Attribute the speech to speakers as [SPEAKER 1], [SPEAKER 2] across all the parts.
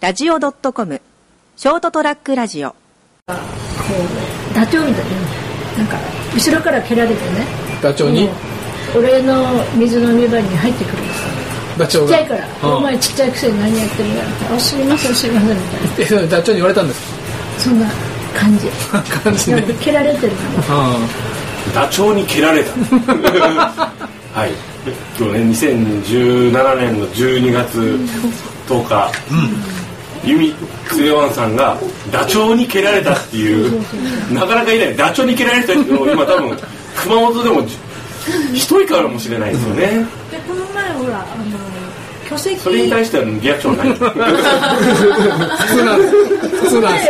[SPEAKER 1] ST-radio.com ショートトラックラジオ
[SPEAKER 2] こうダチョウみたいななんか後ろから蹴られてね
[SPEAKER 3] ダチョウに
[SPEAKER 2] もう俺の水飲み場に入ってくるんですよ
[SPEAKER 3] ダチョ
[SPEAKER 2] ち
[SPEAKER 3] ウ
[SPEAKER 2] っち
[SPEAKER 3] が
[SPEAKER 2] ゃいから、
[SPEAKER 3] うん
[SPEAKER 2] お前ちっちゃいくせに何やってるんだってあすみませんすみませんみたいな
[SPEAKER 3] えそれダチョウに言われたんです
[SPEAKER 2] そんな感 じ
[SPEAKER 3] か感じ
[SPEAKER 2] な
[SPEAKER 3] で
[SPEAKER 2] んか蹴られてるのも
[SPEAKER 4] ダチョウに蹴られ たはい今日ね2017年の12月10日、ユミツヨワンさんがダチョウに蹴られたっていうなかなかいないダチョウに蹴られた人今多分熊本でもじ一人かもしれないですよね
[SPEAKER 2] でこの前ほらあの巨石
[SPEAKER 4] それに対してはリアクションない
[SPEAKER 3] 普通なんです普通なんです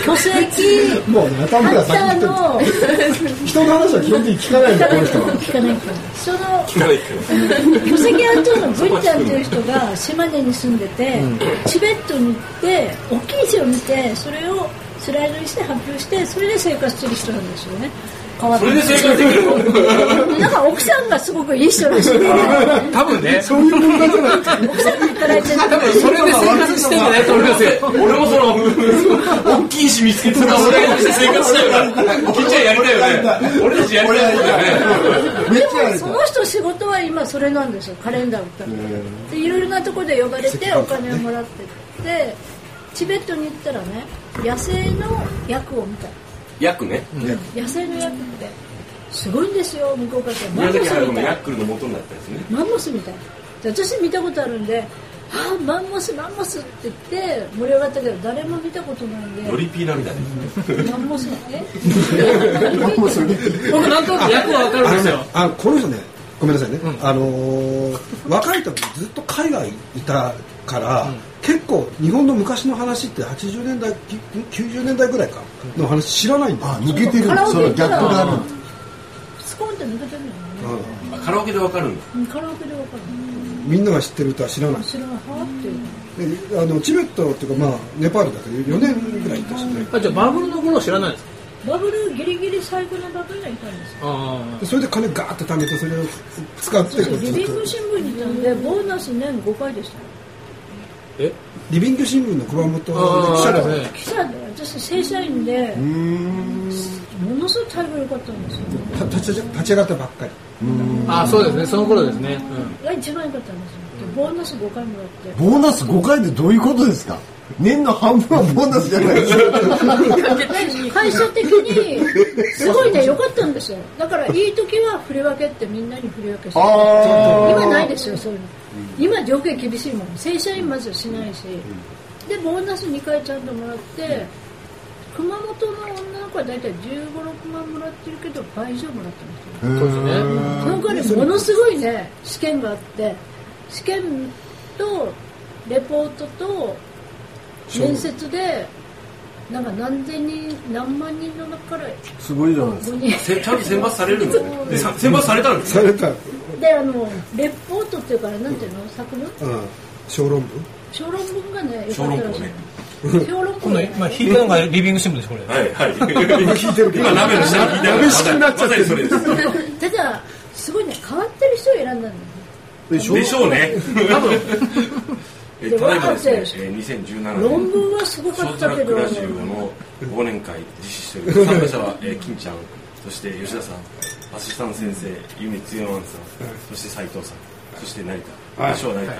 [SPEAKER 2] 巨石
[SPEAKER 5] もうね、頭
[SPEAKER 2] ハ
[SPEAKER 5] が
[SPEAKER 2] ッタ
[SPEAKER 5] 先に
[SPEAKER 2] ー
[SPEAKER 5] 行っ
[SPEAKER 2] の
[SPEAKER 5] てる人の話は基本的に聞かないんだ、この人は。
[SPEAKER 2] 聞かないからその
[SPEAKER 4] 聞かないけど
[SPEAKER 2] 巨石アン長のブリちゃんという人が島根に住んでて、チベットに行って大きい石を見てそれをスライドにして発表してそれで生活する人なんですよね変わっ
[SPEAKER 4] それで生活できるの
[SPEAKER 2] なんか奥さんがすごくいい人らしい ね
[SPEAKER 3] 多分ね
[SPEAKER 5] そういう問題じゃない。
[SPEAKER 2] 奥さんが働いてる
[SPEAKER 3] 多分それで生活してんじゃないと思いますよ
[SPEAKER 4] 俺もその大きい石見つけてたら俺もして生活 したよなキッチンやりたいよね俺たちやりたいよね
[SPEAKER 5] めっちゃあ
[SPEAKER 2] でも
[SPEAKER 5] れ
[SPEAKER 2] そ
[SPEAKER 5] だ。
[SPEAKER 2] の人仕事は今それなんですよカレンダーを歌ってでいろいろなとこで呼ばれてお金をもらってでチベットに行ったらね野生の役を見た
[SPEAKER 4] ヤクね
[SPEAKER 2] 野生の役ってすごいんですよ向こうからしたらマン
[SPEAKER 4] 宮
[SPEAKER 2] モ
[SPEAKER 4] 崎
[SPEAKER 2] ス
[SPEAKER 4] 駿
[SPEAKER 2] み
[SPEAKER 4] の
[SPEAKER 2] た
[SPEAKER 4] ヤ
[SPEAKER 2] い
[SPEAKER 4] ックルの元になったんですね
[SPEAKER 2] マンモスみたいで私見たことあるんで「ああマンモスマンモス」って言って盛り上がったけど誰も見たことないん
[SPEAKER 4] ド
[SPEAKER 2] で
[SPEAKER 4] リピーラみたいな
[SPEAKER 2] マンモスえ
[SPEAKER 5] もうそれ
[SPEAKER 3] 僕なんとなく役は分かるんですよ
[SPEAKER 5] あこの人ねごめんなさいね、あのー若い時ずっと海外いたから、結構日本の昔の話って80年代き90年代ぐらいかの話知らないんだよ、
[SPEAKER 6] 抜けてる
[SPEAKER 2] カラオケ
[SPEAKER 6] その
[SPEAKER 2] 行っ
[SPEAKER 6] ギャ
[SPEAKER 2] た
[SPEAKER 6] ップがある
[SPEAKER 2] らスコーンって抜けてるよね
[SPEAKER 4] あカラオケでわかるんだ
[SPEAKER 2] うんカラオケで分かる
[SPEAKER 5] みんなが知ってる歌は知らない
[SPEAKER 2] 知らないはーっていう
[SPEAKER 5] であのチベットっていうかまあネパールだけど4年ぐらいいたしね
[SPEAKER 3] あじゃあバブルの頃は知らないんですか
[SPEAKER 2] バブルギリギリ最後のバブルにいたんですよ
[SPEAKER 3] あ
[SPEAKER 5] でそれで金ガーッて貯めてそれを使ってこう
[SPEAKER 2] リ
[SPEAKER 5] ず
[SPEAKER 2] ビ
[SPEAKER 5] っ
[SPEAKER 2] ング
[SPEAKER 5] と
[SPEAKER 2] 新聞にいたんでボーナス年5回でしたよ
[SPEAKER 3] え
[SPEAKER 5] リビング新聞の熊本の
[SPEAKER 3] あ
[SPEAKER 5] 記
[SPEAKER 3] あ
[SPEAKER 5] 者
[SPEAKER 3] あ
[SPEAKER 5] だ
[SPEAKER 3] れ
[SPEAKER 5] った
[SPEAKER 3] ね
[SPEAKER 2] 記者で私正社員でものすごい待遇良かったんですよ
[SPEAKER 5] た立ち立ち上がったばっかり
[SPEAKER 3] あそうですねその頃ですね
[SPEAKER 2] が一番良かったんですよでボーナス5回もらって
[SPEAKER 6] ボーナス5回でどういうことですか年の半分はボーナスじゃないですか
[SPEAKER 2] 会社的にすごいね良かったんですよだからいい時は振り分けってみんなに振り分けして
[SPEAKER 6] あ
[SPEAKER 2] 今ないですよそういうの今条件厳しいもん正社員まずしないしでボーナス2回ちゃんともらって熊本の女の子は大体1 5 6万もらってるけど倍以上もらってます
[SPEAKER 6] ー
[SPEAKER 3] そうですね
[SPEAKER 2] なんかね、ものすごいね、試験があって、試験とレポートと面接で、なんか何千人、何万人の中から
[SPEAKER 6] すごいじゃないですか
[SPEAKER 2] 5人。
[SPEAKER 4] せちゃんと選抜されるんだねでさ選抜されたんです
[SPEAKER 5] された、うん、
[SPEAKER 2] で、あの、レポートっていうか、なんていうの作文
[SPEAKER 5] 小論文
[SPEAKER 2] 小論文がね、よ
[SPEAKER 4] 小
[SPEAKER 2] かっ
[SPEAKER 4] 論
[SPEAKER 2] たら
[SPEAKER 4] 文
[SPEAKER 2] しい
[SPEAKER 4] ね。
[SPEAKER 2] 小論
[SPEAKER 7] 今
[SPEAKER 2] 文
[SPEAKER 7] 度
[SPEAKER 2] が ね
[SPEAKER 7] 今引いたのがリビング新聞ですこれ
[SPEAKER 4] はいはい聞いてる今鍋の下に聞いてる
[SPEAKER 5] 鍋下になっちゃってる
[SPEAKER 4] まさにまさにそれで
[SPEAKER 2] ただ、すごいね、変わってる人を選んだんだよね。
[SPEAKER 4] すでしょうね多分えただいまですね
[SPEAKER 2] で
[SPEAKER 4] えー2017
[SPEAKER 2] 論
[SPEAKER 4] 年
[SPEAKER 2] 文はすご
[SPEAKER 4] シ
[SPEAKER 2] か
[SPEAKER 4] ョー
[SPEAKER 2] っ
[SPEAKER 4] ト
[SPEAKER 2] た
[SPEAKER 4] ラ
[SPEAKER 2] け
[SPEAKER 4] ッ
[SPEAKER 2] ど
[SPEAKER 4] ク、ラジオの忘年会実施しております参加者は、えー、金ちゃんそして吉田さんアシスタント先生由美つよまんさんそして斉藤さんそして成田
[SPEAKER 5] はい
[SPEAKER 4] 私は成田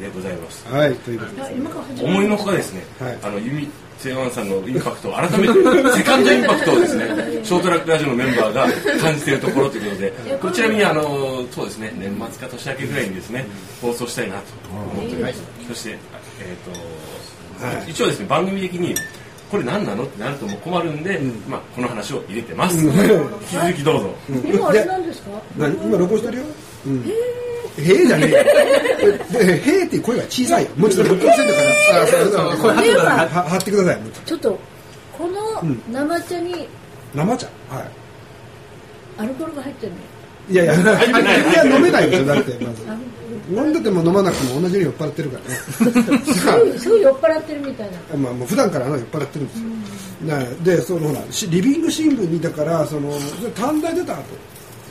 [SPEAKER 4] でございます
[SPEAKER 5] はいということで
[SPEAKER 2] いや今から始める
[SPEAKER 4] 思いのほかですね、
[SPEAKER 5] はい
[SPEAKER 4] あのユミ・ツェワンさんのインパクトを改めてセカンドインパクトをですねショートラックラジオのメンバーが感じているところということでこちらにあのそうですね年末か年明けぐらいにですね放送したいなと思っております、そして、えーと一応ですね番組的にこれ何なのってなるともう困るんで、まあ、この話を入れてます、引き続きどうぞ、
[SPEAKER 2] 今あれなんですか
[SPEAKER 5] 何今録音してるよ、うん、へえじゃねえよでへえっていう声が小さいよもうちょっと録音してんだからあそうそうそう
[SPEAKER 3] 声張ってください
[SPEAKER 5] は張ってくださいもうちょっ
[SPEAKER 2] ちょっと、この生茶に
[SPEAKER 5] と生茶は
[SPEAKER 2] アルコールが入ってるの
[SPEAKER 5] いいやいやい
[SPEAKER 4] 入ってない
[SPEAKER 5] や飲めないよだってまず
[SPEAKER 2] あの
[SPEAKER 5] 飲んでても飲まなくても同じように酔っ払ってるからね
[SPEAKER 2] す ごいすごい酔っ払ってるみたいな。
[SPEAKER 5] まあ、もう普段からあの酔っ払ってるんですよ、なでそのほらしリビング新聞にだからその短大出た後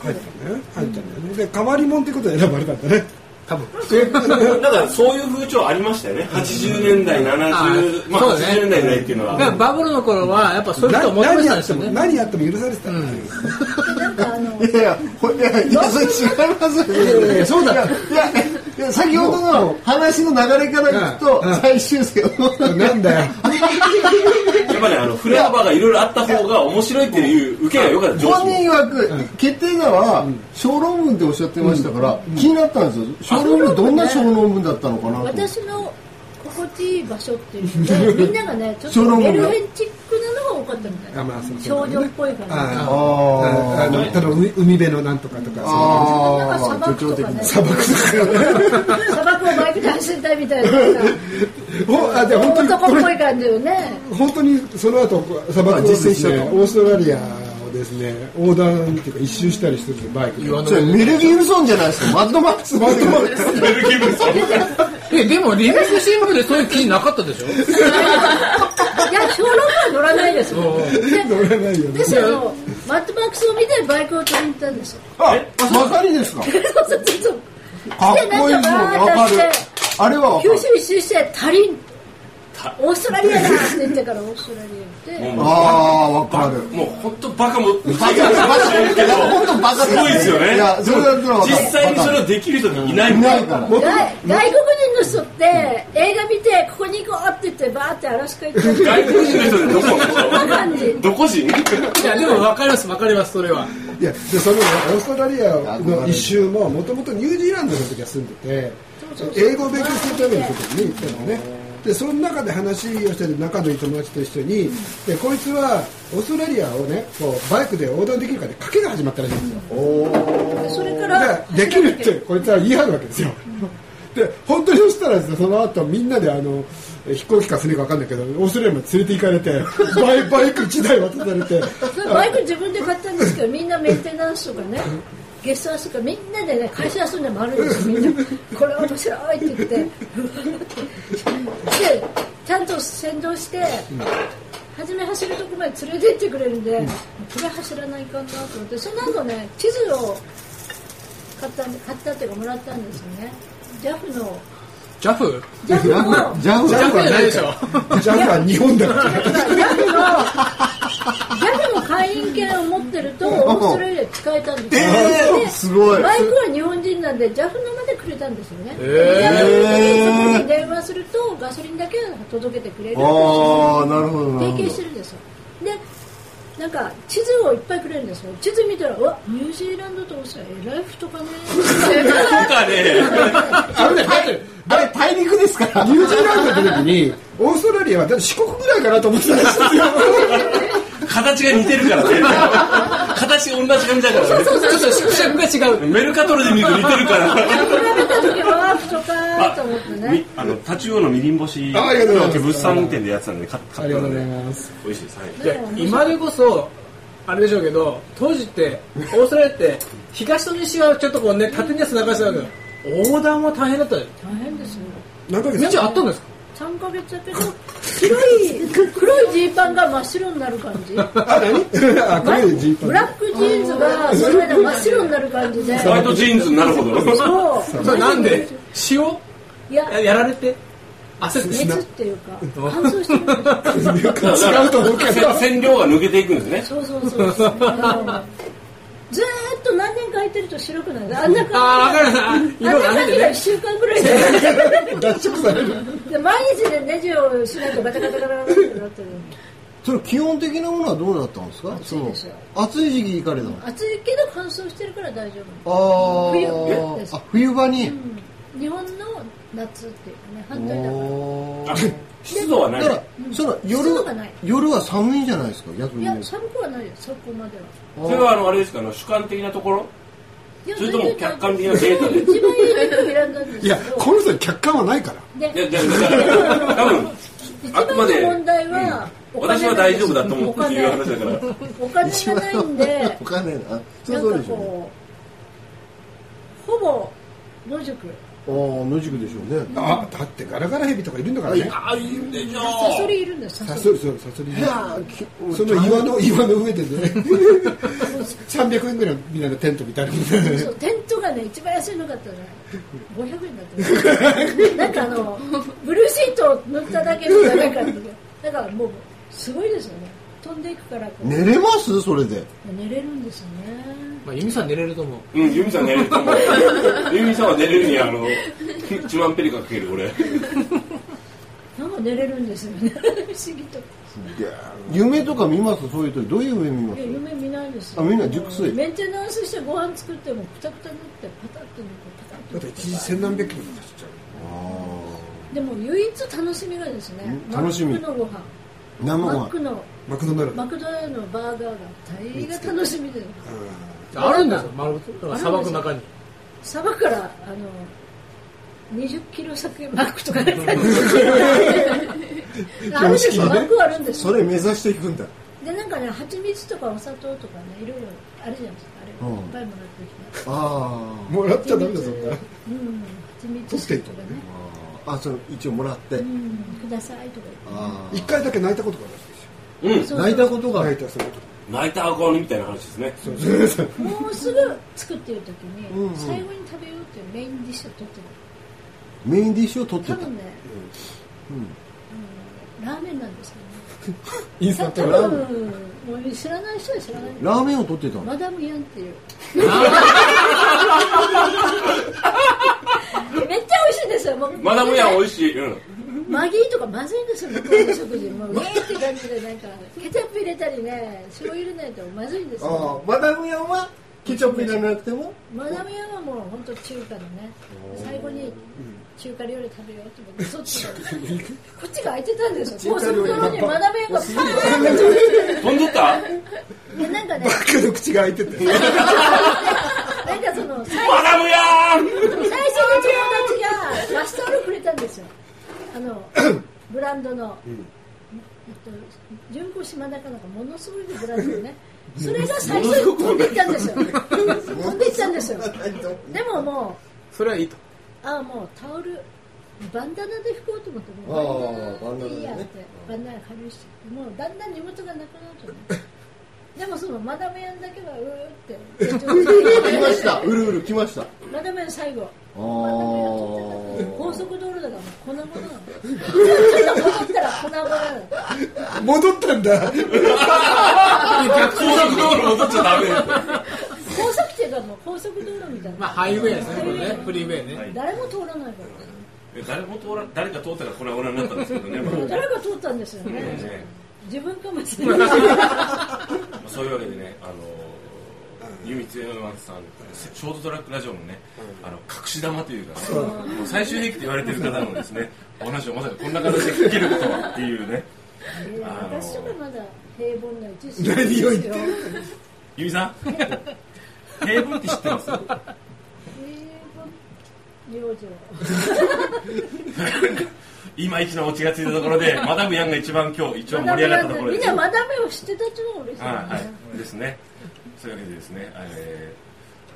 [SPEAKER 5] 入ったんだよね入ったんだよねで変わり者ってことで選ばれたんだね
[SPEAKER 7] 多分。
[SPEAKER 4] なんかそういう風潮ありましたよね80年代70、まあ、
[SPEAKER 7] そう
[SPEAKER 4] 80年代代っていうのは、
[SPEAKER 7] だからバブルの頃は、やっぱそういう人を求めてた
[SPEAKER 5] 何
[SPEAKER 7] ん
[SPEAKER 5] や
[SPEAKER 7] で
[SPEAKER 5] っ
[SPEAKER 7] す
[SPEAKER 5] て
[SPEAKER 7] よ
[SPEAKER 5] も、
[SPEAKER 7] ね。
[SPEAKER 5] 何やっても許されてたっていう。
[SPEAKER 2] なんかあ の
[SPEAKER 6] いやいや、ほいやいや、それ違いますよ。いやいや、そうだ。いや、いや先ほどの話の流れから聞くと
[SPEAKER 5] うんう、ん
[SPEAKER 6] 最終戦を。
[SPEAKER 5] なんだよ。
[SPEAKER 4] やっぱりあのフレアバーがいろいろあった方が面白いっていう受けが良かった上
[SPEAKER 6] 本
[SPEAKER 4] 司も
[SPEAKER 6] 人曰く、決定打は小論文っておっしゃってましたから、気になったんですよ。小論文、どんな小論文だったのかなと思って。
[SPEAKER 2] 私の心地いい場所っていうの でみんながねちょっ
[SPEAKER 6] 小
[SPEAKER 2] と
[SPEAKER 6] 論文
[SPEAKER 2] メ
[SPEAKER 6] が
[SPEAKER 2] ルヘンチックなのが多かったみたい
[SPEAKER 5] あ
[SPEAKER 2] な
[SPEAKER 5] まあそうそ
[SPEAKER 2] 少
[SPEAKER 5] う
[SPEAKER 2] 女っぽい感
[SPEAKER 5] あ
[SPEAKER 6] あー
[SPEAKER 5] あの、ただ海海辺のなんとかとか、そ
[SPEAKER 6] あ
[SPEAKER 2] なんか砂漠とかね
[SPEAKER 6] 砂漠
[SPEAKER 2] じ砂漠をバイクで走りたいみたい なさ
[SPEAKER 5] うほあ、で、本当に、
[SPEAKER 2] 男
[SPEAKER 5] こ
[SPEAKER 2] っ
[SPEAKER 5] れ
[SPEAKER 2] ぽい感じよね
[SPEAKER 5] 本当にその後砂漠をですね
[SPEAKER 6] 実践したと
[SPEAKER 5] オーストラリアをですね横断っていうか一周したりするんですよバイクで
[SPEAKER 6] それメルギブソンじゃないですか。マッドマックス。マッドマックス。
[SPEAKER 7] え、でも、リビング新聞でそういう記事なかったでしょ
[SPEAKER 2] いや小論文は乗らないですもん
[SPEAKER 5] 乗らないよ
[SPEAKER 2] で
[SPEAKER 5] ね
[SPEAKER 2] そのマットバックスを見てバイクを取りに行ったんですよ
[SPEAKER 6] あ、まかりですか。
[SPEAKER 2] そうそうそう
[SPEAKER 6] かっこいいのわかる。あれはわか
[SPEAKER 2] 九
[SPEAKER 6] る。
[SPEAKER 2] 州一周して足りんオーストラリアだって言ってからオーストラリア行って
[SPEAKER 4] もう
[SPEAKER 6] ああ、わかる。
[SPEAKER 4] もう本当バカもバ
[SPEAKER 6] バカバカ本当バカ
[SPEAKER 4] すごいですよね
[SPEAKER 6] いや、それだったらわか
[SPEAKER 4] 実
[SPEAKER 6] る
[SPEAKER 4] 際にそれをできる人がいない
[SPEAKER 6] いないから。
[SPEAKER 2] 外外国人の人って映画見てここに行こうって言ってバーってアラスカ行って
[SPEAKER 4] 外国人の人でど
[SPEAKER 2] こんな感じ
[SPEAKER 4] こどこ人
[SPEAKER 7] いや、でも分かります、分かります、それは。
[SPEAKER 5] いやでそのオーストラリアの一周ももともとニュージーランドの時は住んでて英語を勉強するためにここに行ったのねでその中で話をしてる仲のいい友達と一緒にでこいつはオーストラリアをねこうバイクで横断できるかで賭けが始まったらしいんですよ
[SPEAKER 2] それか
[SPEAKER 5] だから
[SPEAKER 2] ら
[SPEAKER 5] できるってこいつは言い張るわけですよで本当にそしたらですねその後みんなであのえ飛行機か船か分かんないけどオーストラリアまで連れて行かれてバイバイク1台渡されて
[SPEAKER 2] それバイク自分で買ったんですけどみんなメンテナンスとかねゲストハウスとかみんなでね会社遊んで回るんですよみんなこれ面白いって言ってでちゃんと先導して初め走るとこまで連れてってくれるんで、これ走らないかんなと思ってその後ね地図を買ったんで買ったっていうかもらったんですよね JAF の
[SPEAKER 7] ジャフ
[SPEAKER 2] JAF の
[SPEAKER 6] ジャ
[SPEAKER 5] ジ
[SPEAKER 7] ジ
[SPEAKER 5] ャ
[SPEAKER 7] ャ
[SPEAKER 5] ンプ
[SPEAKER 7] フ
[SPEAKER 5] は
[SPEAKER 7] じゃ
[SPEAKER 5] な
[SPEAKER 7] ない
[SPEAKER 5] い
[SPEAKER 7] でしょ。
[SPEAKER 5] からジャンプは日本だから
[SPEAKER 2] だから JAF の JAF の会員権を持ってるとオーストラリアで使えたんですよ、
[SPEAKER 6] えー
[SPEAKER 2] です
[SPEAKER 6] ごい
[SPEAKER 2] バイクは日本人なんで JAF のまでくれたんですよね、えー、に電話するとガソリンだけは届けてくれるっていう
[SPEAKER 6] ああ、なるほど、なる
[SPEAKER 2] 提携
[SPEAKER 6] ほ
[SPEAKER 2] してるんですよでなんか地図をいっぱいくれるんですよ地図見たらうわニュージーランドとオーストラリアえらい太かね
[SPEAKER 4] かね
[SPEAKER 5] あのねだって
[SPEAKER 6] ど。あれ、大陸ですから。
[SPEAKER 5] ニュージーランドの時にオーストラリアはだって四国ぐらいかなと思ってたんですよ
[SPEAKER 4] 形が似てるからね形同じ感じだからね
[SPEAKER 7] ちょっと縮尺が違う。
[SPEAKER 4] メルカトルで見ると似てるから
[SPEAKER 2] 比べた時はわあ太かーと思ってね
[SPEAKER 4] みあのタチウオのみりん干し
[SPEAKER 5] あありがとうございます
[SPEAKER 4] 物産店でやってたんで買買
[SPEAKER 5] あ
[SPEAKER 4] った
[SPEAKER 5] りがと
[SPEAKER 4] の
[SPEAKER 5] うご
[SPEAKER 4] で
[SPEAKER 5] ざいます
[SPEAKER 4] 美味しいですはい
[SPEAKER 7] いや今でこそあれでしょうけど当時ってオーストラリアって東と西はちょっとこうね縦には繋がしてたけど横断は大変だったよ
[SPEAKER 2] 大変ですよ
[SPEAKER 5] 何ヶ月
[SPEAKER 7] 道あったんですか
[SPEAKER 2] 3ヶ月だけど白い黒いジーパンが真っ白になる感じ
[SPEAKER 5] あ何あこれジーパン
[SPEAKER 2] ブラックジーンズがその間真っ白になる感じで
[SPEAKER 4] ホワイトジーンズになるほど
[SPEAKER 2] そう
[SPEAKER 7] それなんで塩
[SPEAKER 2] い や
[SPEAKER 7] ややられて汗で
[SPEAKER 2] 熱っていうか乾燥してるんですよ
[SPEAKER 5] 違うと思う けど
[SPEAKER 4] せ染料が抜けていくんですね
[SPEAKER 2] そうそうそうそう。あのずーっと何年か空いてると白くなる。あんな
[SPEAKER 7] あ
[SPEAKER 2] 感
[SPEAKER 7] ーわかる
[SPEAKER 2] じ。
[SPEAKER 7] な
[SPEAKER 2] あんな
[SPEAKER 7] 色が
[SPEAKER 2] 感
[SPEAKER 7] ね
[SPEAKER 2] じが一週間ぐらいで。
[SPEAKER 5] 脱色される
[SPEAKER 2] で毎日でネジをしないとガタガタガタガタってなってる。
[SPEAKER 6] それ、基本的なものはどうだったんですか
[SPEAKER 2] 暑いですよ
[SPEAKER 6] その暑い時期行かれたの。
[SPEAKER 2] 暑いけど乾燥してるから大丈
[SPEAKER 6] ああ
[SPEAKER 2] 冬です
[SPEAKER 6] あ、冬場に。
[SPEAKER 2] 夫。日本の夏っていうかね
[SPEAKER 6] あ
[SPEAKER 2] 反対だから。
[SPEAKER 6] ー
[SPEAKER 4] あ 湿度はな
[SPEAKER 6] だ
[SPEAKER 4] い
[SPEAKER 6] から、その夜
[SPEAKER 2] 湿度がない、
[SPEAKER 6] 夜は寒いんじゃないですか、逆に
[SPEAKER 2] い
[SPEAKER 6] 言う
[SPEAKER 2] や
[SPEAKER 6] と。
[SPEAKER 2] 寒くはないよ。そこまでは。
[SPEAKER 6] あー
[SPEAKER 4] それはあのあれですかあの主観的なところ
[SPEAKER 2] いや
[SPEAKER 4] それとも
[SPEAKER 2] 全然
[SPEAKER 4] 客観的なデータで
[SPEAKER 2] 一番いいの選んだんです
[SPEAKER 5] い
[SPEAKER 2] け
[SPEAKER 5] や
[SPEAKER 2] ど。
[SPEAKER 5] この人に客観はないから
[SPEAKER 2] で
[SPEAKER 4] いやだから多分
[SPEAKER 2] 一
[SPEAKER 4] あ
[SPEAKER 2] 番
[SPEAKER 4] くまで
[SPEAKER 2] の問題は、お金
[SPEAKER 4] 私は大丈夫だと思う
[SPEAKER 2] お
[SPEAKER 4] って
[SPEAKER 2] 金
[SPEAKER 4] いう話だから
[SPEAKER 2] お金がないん で
[SPEAKER 6] お金な。そ
[SPEAKER 2] な
[SPEAKER 6] うそうん
[SPEAKER 2] か
[SPEAKER 6] でしょうね。
[SPEAKER 2] こうほぼ野宿
[SPEAKER 6] あああ野宿でしょうね
[SPEAKER 5] あだってガラガラヘビとかいるんだからね
[SPEAKER 6] ああいいんでしょ
[SPEAKER 2] サソリいるんだよサ
[SPEAKER 5] サ
[SPEAKER 2] ソ
[SPEAKER 5] ソ
[SPEAKER 2] リ
[SPEAKER 5] リそうサソリ
[SPEAKER 6] いやーき
[SPEAKER 5] その岩の岩の上でね300円ぐらいみんなのテントみたいなもんで
[SPEAKER 2] そうテントがね一番安いのがあったね500円 だったなんかあのブルーシートを塗っただけのなんかだからもうすごいですよね飛んでいくからこう
[SPEAKER 6] 寝れますそれで
[SPEAKER 2] 寝れるんですよね
[SPEAKER 7] まあ、由美さん寝れると思う。
[SPEAKER 4] うん、ユミさん寝れると思う。ユミさんは寝れるに、あの、一万ペリカかける、俺。
[SPEAKER 2] なんか寝れるんですよね 不思議とい
[SPEAKER 6] 夢とか見ますそういう時どういう夢見ま
[SPEAKER 2] や
[SPEAKER 6] す
[SPEAKER 2] 夢見ないです
[SPEAKER 6] あ見ない熟睡
[SPEAKER 2] メンテナンスしてご飯作ってもくたくたになってパタッと寝てパタッと
[SPEAKER 5] だって一時千何百キロも走っちゃ
[SPEAKER 2] でも唯一楽しみがですね
[SPEAKER 6] ん楽し
[SPEAKER 2] マ
[SPEAKER 6] み
[SPEAKER 2] ックのご飯
[SPEAKER 6] 生ご
[SPEAKER 2] マッ
[SPEAKER 6] 飯
[SPEAKER 2] クの
[SPEAKER 5] うマクドナルド
[SPEAKER 2] マクドナルドのバーガーが大が楽しみで
[SPEAKER 7] あるんですよ、丸ごと砂漠の中に。
[SPEAKER 2] 砂漠からあの20キロ先マックとかね あるんですよマックはあるんです
[SPEAKER 6] そ
[SPEAKER 2] よ
[SPEAKER 6] れ目指していくんだ
[SPEAKER 2] でなんかね蜂蜜とかお砂糖とかねいろいろあるじゃないですかあれ
[SPEAKER 6] うん
[SPEAKER 2] いっぱいもらってきて
[SPEAKER 6] あ
[SPEAKER 5] もらっちゃダメだそんな
[SPEAKER 2] うん蜂蜜とかね
[SPEAKER 6] ああそれ一応もらって、
[SPEAKER 2] うんくださいとか言って
[SPEAKER 6] あ
[SPEAKER 5] 一回だけ泣いたことがあるんですよ
[SPEAKER 4] うん、
[SPEAKER 2] そう
[SPEAKER 6] 泣いたことがあ
[SPEAKER 5] 泣い
[SPEAKER 6] る
[SPEAKER 5] たそういうこ
[SPEAKER 4] 泣いた赤鬼みたいな話ですね。
[SPEAKER 2] もうすぐ作ってる時に、
[SPEAKER 6] うんうん
[SPEAKER 2] 最後に食べようっていうメインディッシュを取ってる
[SPEAKER 6] メインディッシュを取って
[SPEAKER 2] 多
[SPEAKER 6] た
[SPEAKER 2] 分ね、うんラーメンなんですけどね
[SPEAKER 5] とインスタントラーメン
[SPEAKER 2] 多分知らない人は知らない
[SPEAKER 6] ラーメンを取ってたの
[SPEAKER 2] マダムヤンっていうめっちゃ美味しいんですよもう
[SPEAKER 4] マダムヤン美味しい。うん。
[SPEAKER 2] マギーとかまずいんですよ向こうの食事もうねえって感じでなんかケチャップ入れたりね醤油入れないとまずいんですよ
[SPEAKER 6] マダムヤンはケチャップいらなくても
[SPEAKER 2] マダムヤンはもう本当中華のね最後に中華料理食べようと思ってそっちがこっちが空いてたんですよもうそこのにマダムヤンがパーンって
[SPEAKER 4] 飛んどった
[SPEAKER 2] でなんかね
[SPEAKER 5] バッグの口が開いてて
[SPEAKER 2] なんかその最
[SPEAKER 4] マダムヤン
[SPEAKER 2] 最初の友達がラストールくれたんですよあのブランドの、えっと、純子島中なんかものすごいブランドねそれが最初に飛んでいったんですよ飛んでいったんですよでもも
[SPEAKER 7] それはいいと。
[SPEAKER 2] うああもうタオルバンダナで拭こうと思って
[SPEAKER 6] あ
[SPEAKER 2] もう
[SPEAKER 6] あ
[SPEAKER 2] バンダナでいいやっ
[SPEAKER 6] バンダナでね
[SPEAKER 2] てバンダナかぶしてもうだんだん地元がなくなると ねでもそのマダムヤンだけはうーって
[SPEAKER 6] 来ましたうるうる来ましたあ
[SPEAKER 2] マダムヤン最後
[SPEAKER 6] あ
[SPEAKER 2] 高速道路だ から粉々なの。ちょっと戻ったら粉々なの。
[SPEAKER 5] 戻ったんだ
[SPEAKER 4] 高速道路戻っちゃダメ
[SPEAKER 2] 高速っていうかもう高速道路みたいな。
[SPEAKER 7] まあ、ハイウェイですね、これね。フリーウェイね。
[SPEAKER 4] はい
[SPEAKER 2] 誰も通らないから。
[SPEAKER 4] 誰も通ら誰か通ったらこれは俺になったんですけどね。もう
[SPEAKER 2] 誰が通ったんですよね。
[SPEAKER 4] ね
[SPEAKER 2] 自分かもしれ ない。
[SPEAKER 4] まあそういうわけでね、あのー、ユミツ山さん、ショートトラックラジオのね、あの隠し玉というか、ね、もう最終兵器と言われてる方のですね、お話をまさかこんな形で聞けることはっていうね、
[SPEAKER 2] 私とかまだ平凡な一時
[SPEAKER 5] 何を言って
[SPEAKER 2] え
[SPEAKER 5] る
[SPEAKER 4] ユミ さん、平凡って知ってます
[SPEAKER 2] え養生。
[SPEAKER 4] いまいちのオチがついたところで、マダムヤンが一番今日、一番盛
[SPEAKER 2] マ
[SPEAKER 4] り上がっ
[SPEAKER 2] ダ
[SPEAKER 4] たとこ
[SPEAKER 2] ム
[SPEAKER 4] ろ
[SPEAKER 2] みん
[SPEAKER 4] です。
[SPEAKER 2] なマダムを知ってたっていうのが嬉しいよ
[SPEAKER 4] はい、は
[SPEAKER 2] ね。
[SPEAKER 4] い、ですね。そういうわけでですね、え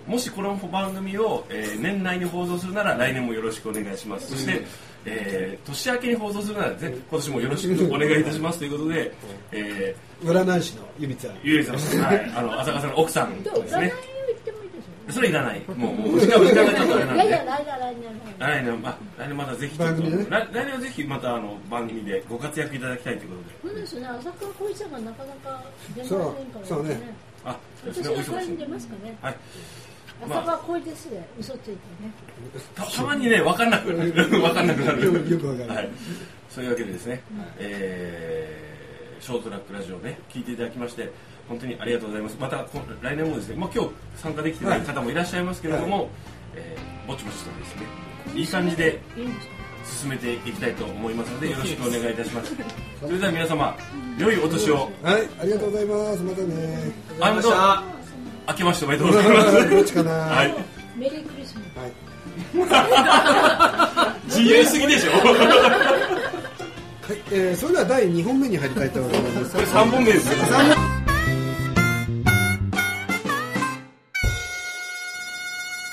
[SPEAKER 4] ーもしこの番組を、えー年内に放送するなら来年もよろしくお願いします。そして、えー年明けに放送するなら、ぜ今年もよろしくお願いいたしますということで、え
[SPEAKER 5] 占い師のゆみちゃん
[SPEAKER 4] ー、ゆうりさん、はい、あの、浅香さんの奥さんで
[SPEAKER 2] 今日
[SPEAKER 4] す
[SPEAKER 2] 占いを言
[SPEAKER 4] ね。
[SPEAKER 2] ってもいいでし
[SPEAKER 4] それいらない。もう、もう、時間時間がちょっとあれ
[SPEAKER 2] ょ
[SPEAKER 4] なん
[SPEAKER 2] う。い
[SPEAKER 4] で
[SPEAKER 2] やいや
[SPEAKER 4] ね。
[SPEAKER 2] 来年来年来
[SPEAKER 4] 来年、まあ、来年またぜひちょっと、
[SPEAKER 5] 番組でね
[SPEAKER 4] 来来年はぜひまたあの番組でご活躍いただきたいということで、
[SPEAKER 2] 年。そうですね。浅川浩一さんがなかなか出ませんから
[SPEAKER 5] そうそうね。
[SPEAKER 4] あ、そうで
[SPEAKER 2] 私
[SPEAKER 4] すね、お
[SPEAKER 2] が
[SPEAKER 4] 忙
[SPEAKER 2] 会
[SPEAKER 4] し
[SPEAKER 2] に
[SPEAKER 4] い
[SPEAKER 2] 出。ますかね。
[SPEAKER 4] はい。まあ
[SPEAKER 2] 朝は恋ですで嘘ついてね。
[SPEAKER 4] たたまにね、分かんなくなる。わかんなくなる。
[SPEAKER 5] よよくわかる
[SPEAKER 4] はい。そういうわけでですね、えーショートトラックラジオね、聞いていただきまして、本当にありがとうございます。また、こ来年もですね、まあ今日参加できてない方もいらっしゃいますけれども、えーぼちぼちとですね、いい感じで
[SPEAKER 2] いいんですか。
[SPEAKER 4] 進めていきたいと思いますので、よろしくお願いいたします。それでは皆様、良いお年を、
[SPEAKER 5] はいありがとうございますまたね
[SPEAKER 4] あ
[SPEAKER 7] ま
[SPEAKER 4] の
[SPEAKER 7] し、た。
[SPEAKER 4] 明けましておめでとうござい ます。
[SPEAKER 5] どっちかな
[SPEAKER 4] はい。
[SPEAKER 2] メリークリスマス。
[SPEAKER 4] 自由すぎでしょこ
[SPEAKER 5] はい、えーそれでは第2本目に入りたいと思います。
[SPEAKER 4] れ3本目ですよ。